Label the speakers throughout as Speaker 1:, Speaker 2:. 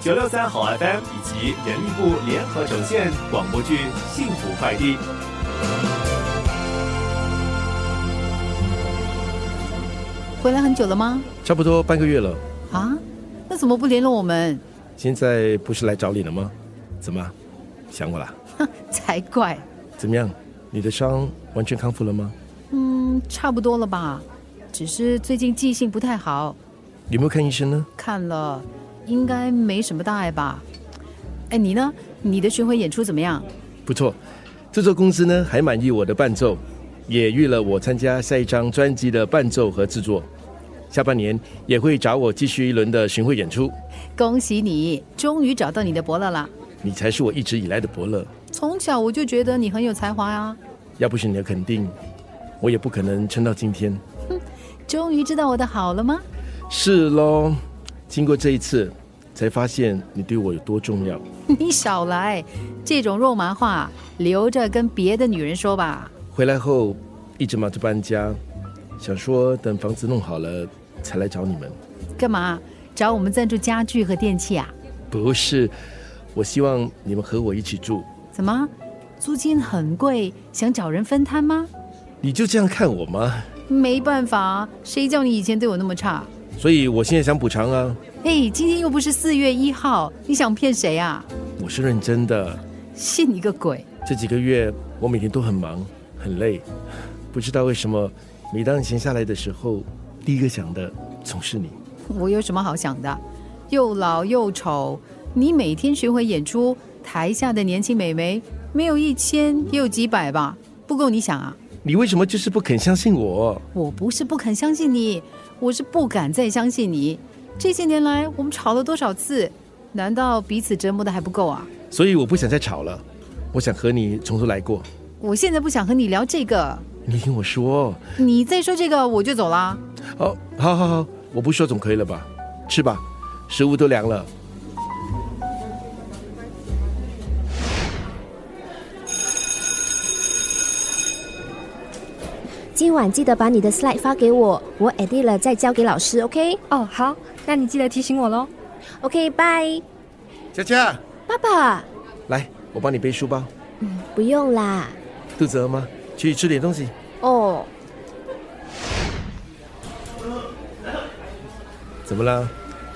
Speaker 1: 九六三好 FM 以及人力部联合呈现广播剧《幸福快递》。
Speaker 2: 回来很久了吗？
Speaker 3: 差不多半个月了，
Speaker 2: 啊，那怎么不联络我们？
Speaker 3: 现在不是来找你了吗？怎么，啊想我啦？
Speaker 2: 哼，才怪！
Speaker 3: 怎么样，你的伤完全康复了吗？
Speaker 2: 嗯，差不多了吧，只是最近记性不太好，
Speaker 3: 有没有看医生呢？
Speaker 2: 看了应该没什么大碍吧。哎，你呢？你的巡回演出怎么样？
Speaker 3: 不错，制作公司呢还满意我的伴奏，也预了我参加下一张专辑的伴奏和制作，下半年也会找我继续一轮的巡回演出。
Speaker 2: 恭喜你，终于找到你的伯乐啦！
Speaker 3: 你才是我一直以来的伯乐，
Speaker 2: 从小我就觉得你很有才华啊，
Speaker 3: 要不是你的肯定，我也不可能撑到今天。
Speaker 2: 终于知道我的好了吗？
Speaker 3: 是喽，经过这一次，才发现你对我有多重要。
Speaker 2: 你少来，这种肉麻话留着跟别的女人说吧。
Speaker 3: 回来后一直忙着搬家，想说等房子弄好了才来找你们。
Speaker 2: 干嘛找我们赞助家具和电器啊？
Speaker 3: 不是，我希望你们和我一起住。
Speaker 2: 怎么，租金很贵，想找人分摊吗？
Speaker 3: 你就这样看我吗？
Speaker 2: 没办法，谁叫你以前对我那么差？
Speaker 3: 所以我现在想补偿啊，
Speaker 2: 哎，今天又不是四月一号，你想骗谁啊？
Speaker 3: 我是认真的。
Speaker 2: 信你个鬼！
Speaker 3: 这几个月我每天都很忙，很累，不知道为什么，每当闲下来的时候，第一个想的总是你。
Speaker 2: 我有什么好想的？又老又丑，你每天巡回演出，台下的年轻美眉没有一千也有几百吧，不够你想啊！
Speaker 3: 你为什么就是不肯相信我？
Speaker 2: 我不是不肯相信你，我是不敢再相信你。这些年来，我们吵了多少次？难道彼此折磨的还不够啊？
Speaker 3: 所以我不想再吵了，我想和你从头来过。
Speaker 2: 我现在不想和你聊这个，
Speaker 3: 你听我说，
Speaker 2: 你再说这个我就走啦。
Speaker 3: 好，好，好，好，我不说总可以了吧？吃吧，食物都凉了。
Speaker 4: 今晚记得把你的 slide 发给我，我 edit 了再交给老师，OK？
Speaker 5: 哦，好，那你记得提醒我喽。
Speaker 4: OK，拜。
Speaker 3: 佳佳，
Speaker 4: 爸爸，
Speaker 3: 来，我帮你背书包。
Speaker 4: 不用啦。
Speaker 3: 肚子饿吗？去吃点东西。
Speaker 4: 哦，
Speaker 3: 怎么啦？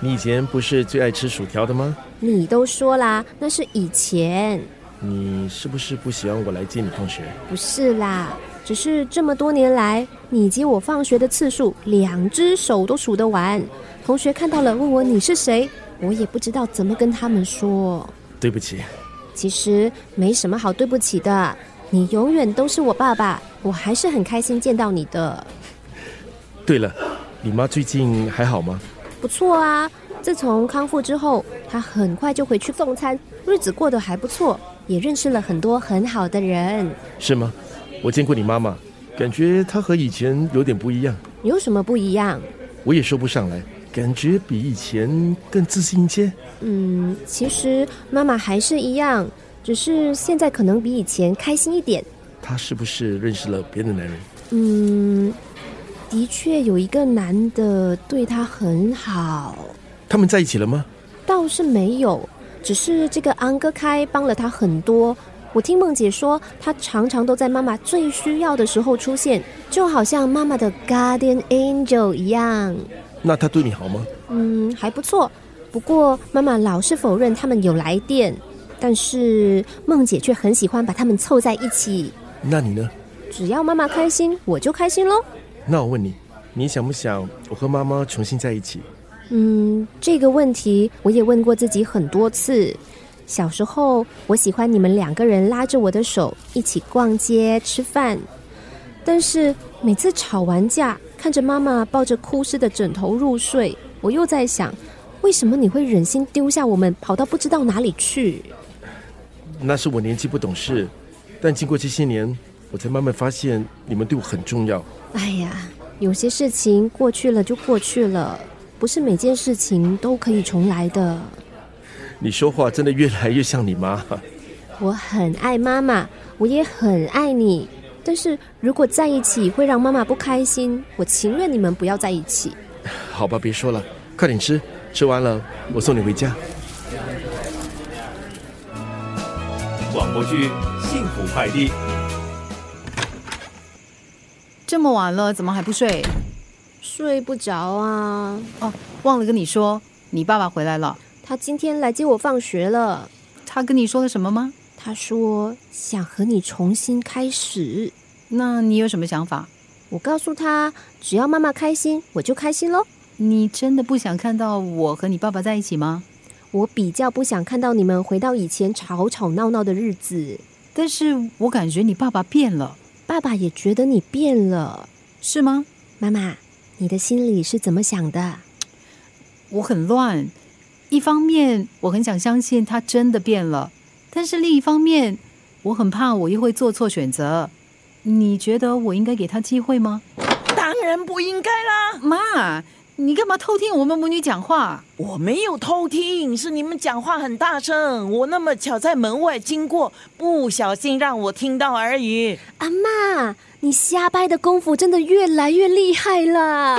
Speaker 3: 你以前不是最爱吃薯条的吗？
Speaker 4: 你都说啦，那是以前，
Speaker 3: 你是不是不喜欢我来接你放学？
Speaker 4: 不是啦。只是这么多年来，你接我放学的次数，两只手都数得完。同学看到了，问我你是谁，我也不知道怎么跟他们说。
Speaker 3: 对不起，
Speaker 4: 其实没什么好对不起的，你永远都是我爸爸，我还是很开心见到你的。
Speaker 3: 对了，你妈最近还好吗？
Speaker 4: 不错啊，自从康复之后，他很快就回去送餐，日子过得还不错，也认识了很多很好的人。
Speaker 3: 是吗？我见过你妈妈，感觉她和以前有点不一样，
Speaker 4: 有什么不一样？
Speaker 3: 我也说不上来，感觉比以前更自信一些。
Speaker 4: 嗯，其实妈妈还是一样，只是现在可能比以前开心一点。
Speaker 3: 她是不是认识了别的男人？
Speaker 4: 嗯，的确有一个男的对她很好，
Speaker 3: 他们在一起了吗？
Speaker 4: 倒是没有，只是这个安哥开帮了她很多。我听梦姐说，她常常都在妈妈最需要的时候出现，就好像妈妈的 guardian angel 一样。
Speaker 3: 那他对你好吗？
Speaker 4: 嗯，还不错。不过妈妈老是否认他们有来电，但是梦姐却很喜欢把他们凑在一起。
Speaker 3: 那你呢？
Speaker 4: 只要妈妈开心，我就开心喽。
Speaker 3: 那我问你，你想不想我和妈妈重新在一起？
Speaker 4: 嗯，这个问题我也问过自己很多次。小时候，我喜欢你们两个人拉着我的手一起逛街、吃饭，但是每次吵完架，看着妈妈抱着哭湿的枕头入睡，我又在想，为什么你会忍心丢下我们，跑到不知道哪里去？
Speaker 3: 那是我年纪不懂事，但经过这些年，我才慢慢发现你们对我很重要。
Speaker 4: 哎呀，有些事情过去了就过去了，不是每件事情都可以重来的。
Speaker 3: 你说话真的越来越像你妈。
Speaker 4: 我很爱妈妈，我也很爱你。但是如果在一起会让妈妈不开心，我情愿你们不要在一起。
Speaker 3: 好吧，别说了，快点吃，吃完了我送你回家。
Speaker 1: 广播剧《幸福快递》。
Speaker 2: 这么晚了，怎么还不睡？
Speaker 4: 睡不着啊。
Speaker 2: 哦，忘了跟你说，你爸爸回来了。
Speaker 4: 他今天来接我放学了，
Speaker 2: 他跟你说了什么吗？
Speaker 4: 他说想和你重新开始。
Speaker 2: 那你有什么想法？
Speaker 4: 我告诉他，只要妈妈开心，我就开心喽。
Speaker 2: 你真的不想看到我和你爸爸在一起吗？
Speaker 4: 我比较不想看到你们回到以前吵吵闹闹的日子。
Speaker 2: 但是我感觉你爸爸变了，
Speaker 4: 爸爸也觉得你变了，
Speaker 2: 是吗？
Speaker 4: 妈妈，你的心里是怎么想的？
Speaker 2: 我很乱。一方面我很想相信他真的变了，但是另一方面我很怕我又会做错选择。你觉得我应该给他机会吗？
Speaker 6: 当然不应该啦！
Speaker 2: 妈，你干嘛偷听我们母女讲话？
Speaker 6: 我没有偷听，是你们讲话很大声，我那么巧在门外经过，不小心让我听到而已。
Speaker 4: 阿妈，你瞎掰的功夫真的越来越厉害了。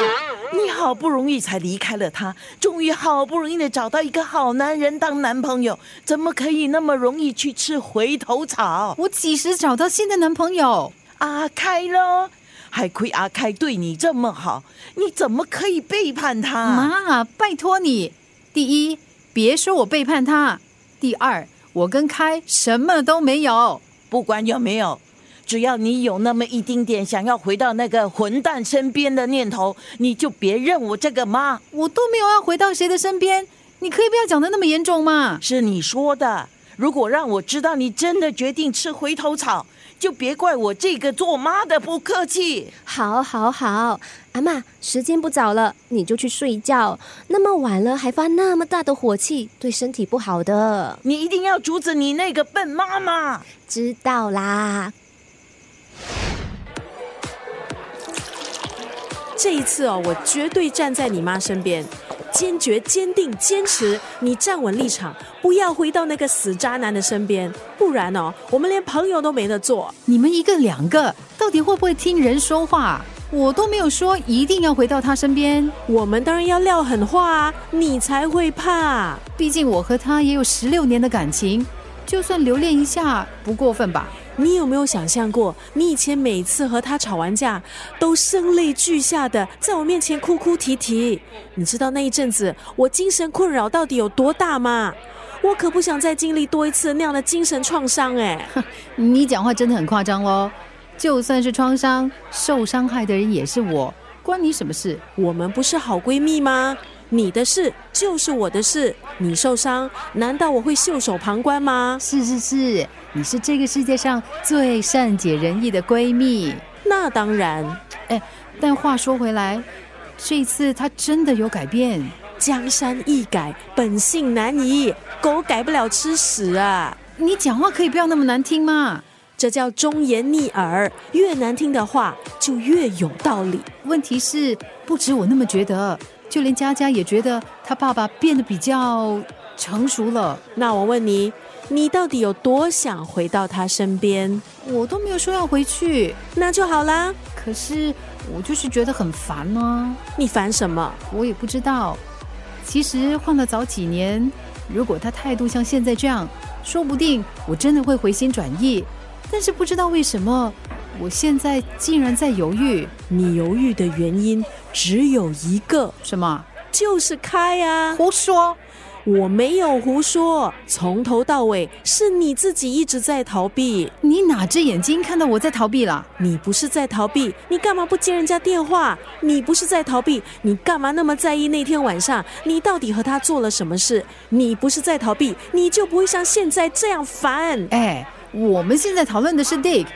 Speaker 6: 你好不容易才离开了他，终于好不容易的找到一个好男人当男朋友，怎么可以那么容易去吃回头草？
Speaker 2: 我几时找到新的男朋友？
Speaker 6: 阿开咯，还亏阿开对你这么好，你怎么可以背叛他？
Speaker 2: 妈，拜托你，第一，别说我背叛他；第二，我跟开什么都没有。
Speaker 6: 不管有没有，只要你有那么一丁点想要回到那个混蛋身边的念头，你就别认我这个妈。
Speaker 2: 我都没有要回到谁的身边，你可以不要讲的那么严重嘛。
Speaker 6: 是你说的，如果让我知道你真的决定吃回头草，就别怪我这个做妈的不客气。
Speaker 4: 好，好，好，阿妈，时间不早了，你就去睡觉。那么晚了还发那么大的火气，对身体不好的。
Speaker 6: 你一定要阻止你那个笨妈妈。
Speaker 4: 知道啦，
Speaker 7: 这一次哦，我绝对站在你妈身边，坚决、坚定、坚持，你站稳立场，不要回到那个死渣男的身边，不然哦，我们连朋友都没得做。
Speaker 2: 你们一个两个，到底会不会听人说话？我都没有说一定要回到他身边，
Speaker 7: 我们当然要撂狠话啊，你才会怕。
Speaker 2: 毕竟我和他也有十六年的感情，就算留恋一下，不过分吧？
Speaker 7: 你有没有想象过，你以前每次和他吵完架，都声泪俱下的在我面前哭哭啼啼？你知道那一阵子我精神困扰到底有多大吗？我可不想再经历多一次那样的精神创伤哎。
Speaker 2: 你讲话真的很夸张喽！就算是创伤，受伤害的人也是我，关你什么事？
Speaker 7: 我们不是好闺蜜吗？你的事就是我的事，你受伤，难道我会袖手旁观吗？
Speaker 2: 是是是，你是这个世界上最善解人意的闺蜜。
Speaker 7: 那当然，
Speaker 2: 但话说回来，这次她真的有改变。
Speaker 7: 江山易改，本性难移，狗改不了吃屎啊！
Speaker 2: 你讲话可以不要那么难听吗？
Speaker 7: 这叫忠言逆耳，越难听的话就越有道理。
Speaker 2: 问题是，不止我那么觉得，就连佳佳也觉得她爸爸变得比较成熟了。
Speaker 7: 那我问你，你到底有多想回到他身边？
Speaker 2: 我都没有说要回去，
Speaker 7: 那就好啦，
Speaker 2: 可是我就是觉得很烦啊，
Speaker 7: 你烦什么？
Speaker 2: 我也不知道。其实换了早几年，如果他态度像现在这样，说不定我真的会回心转意。但是不知道为什么，我现在竟然在犹豫，
Speaker 7: 你犹豫的原因只有一个，
Speaker 2: 什么？
Speaker 7: 就是开啊！
Speaker 2: 胡说！
Speaker 7: 我没有胡说，从头到尾是你自己一直在逃避。
Speaker 2: 你哪只眼睛看到我在逃避了？
Speaker 7: 你不是在逃避，你干嘛不接人家电话？你不是在逃避，你干嘛那么在意那天晚上你到底和他做了什么事？你不是在逃避，你就不会像现在这样烦。
Speaker 2: 哎，我们现在讨论的是 Dick，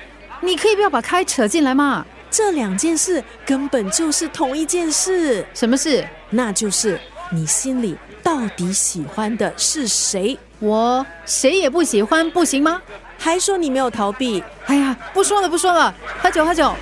Speaker 2: 你可以不要把开扯进来吗？
Speaker 7: 这两件事根本就是同一件事，
Speaker 2: 什么事？
Speaker 7: 那就是你心里到底喜欢的是谁？
Speaker 2: 我谁也不喜欢，不行吗？
Speaker 7: 还说你没有逃避，
Speaker 2: 哎呀，不说了，不说了，喝酒，喝酒。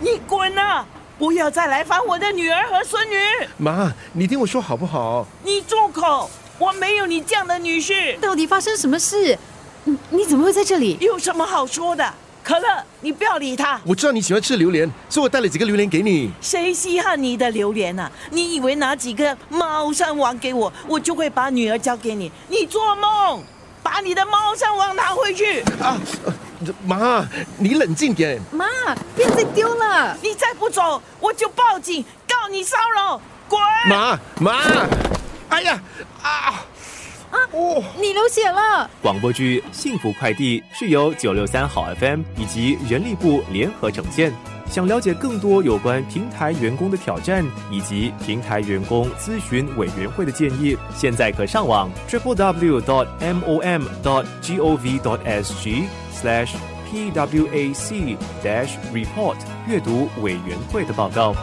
Speaker 6: 你滚啊！不要再来烦我的女儿和孙女！
Speaker 3: 妈，你听我说好不好？
Speaker 6: 你住口！我没有你这样的女婿，
Speaker 2: 到底发生什么事？你你怎么会在这里？
Speaker 6: 有什么好说的？可乐，你不要理他，
Speaker 3: 我知道你喜欢吃榴莲，所以我带了几个榴莲给你。
Speaker 6: 谁稀罕你的榴莲啊？你以为拿几个猫山王给我，我就会把女儿交给你？你做梦！把你的猫山王拿回去！
Speaker 3: 啊，呃妈，你冷静点。
Speaker 2: 妈，辫子丢了。
Speaker 6: 你再不走，我就报警告你骚扰！滚！
Speaker 3: 妈妈，哎呀啊！哦，
Speaker 2: 你流血了。
Speaker 1: 广播剧《幸福快递》是由九六三好 FM 以及人力部联合呈现。想了解更多有关平台员工的挑战以及平台员工咨询委员会的建议，现在可上网 triple w dot m o m dot g o v dot s g slash p w a c dash report 阅读委员会的报告。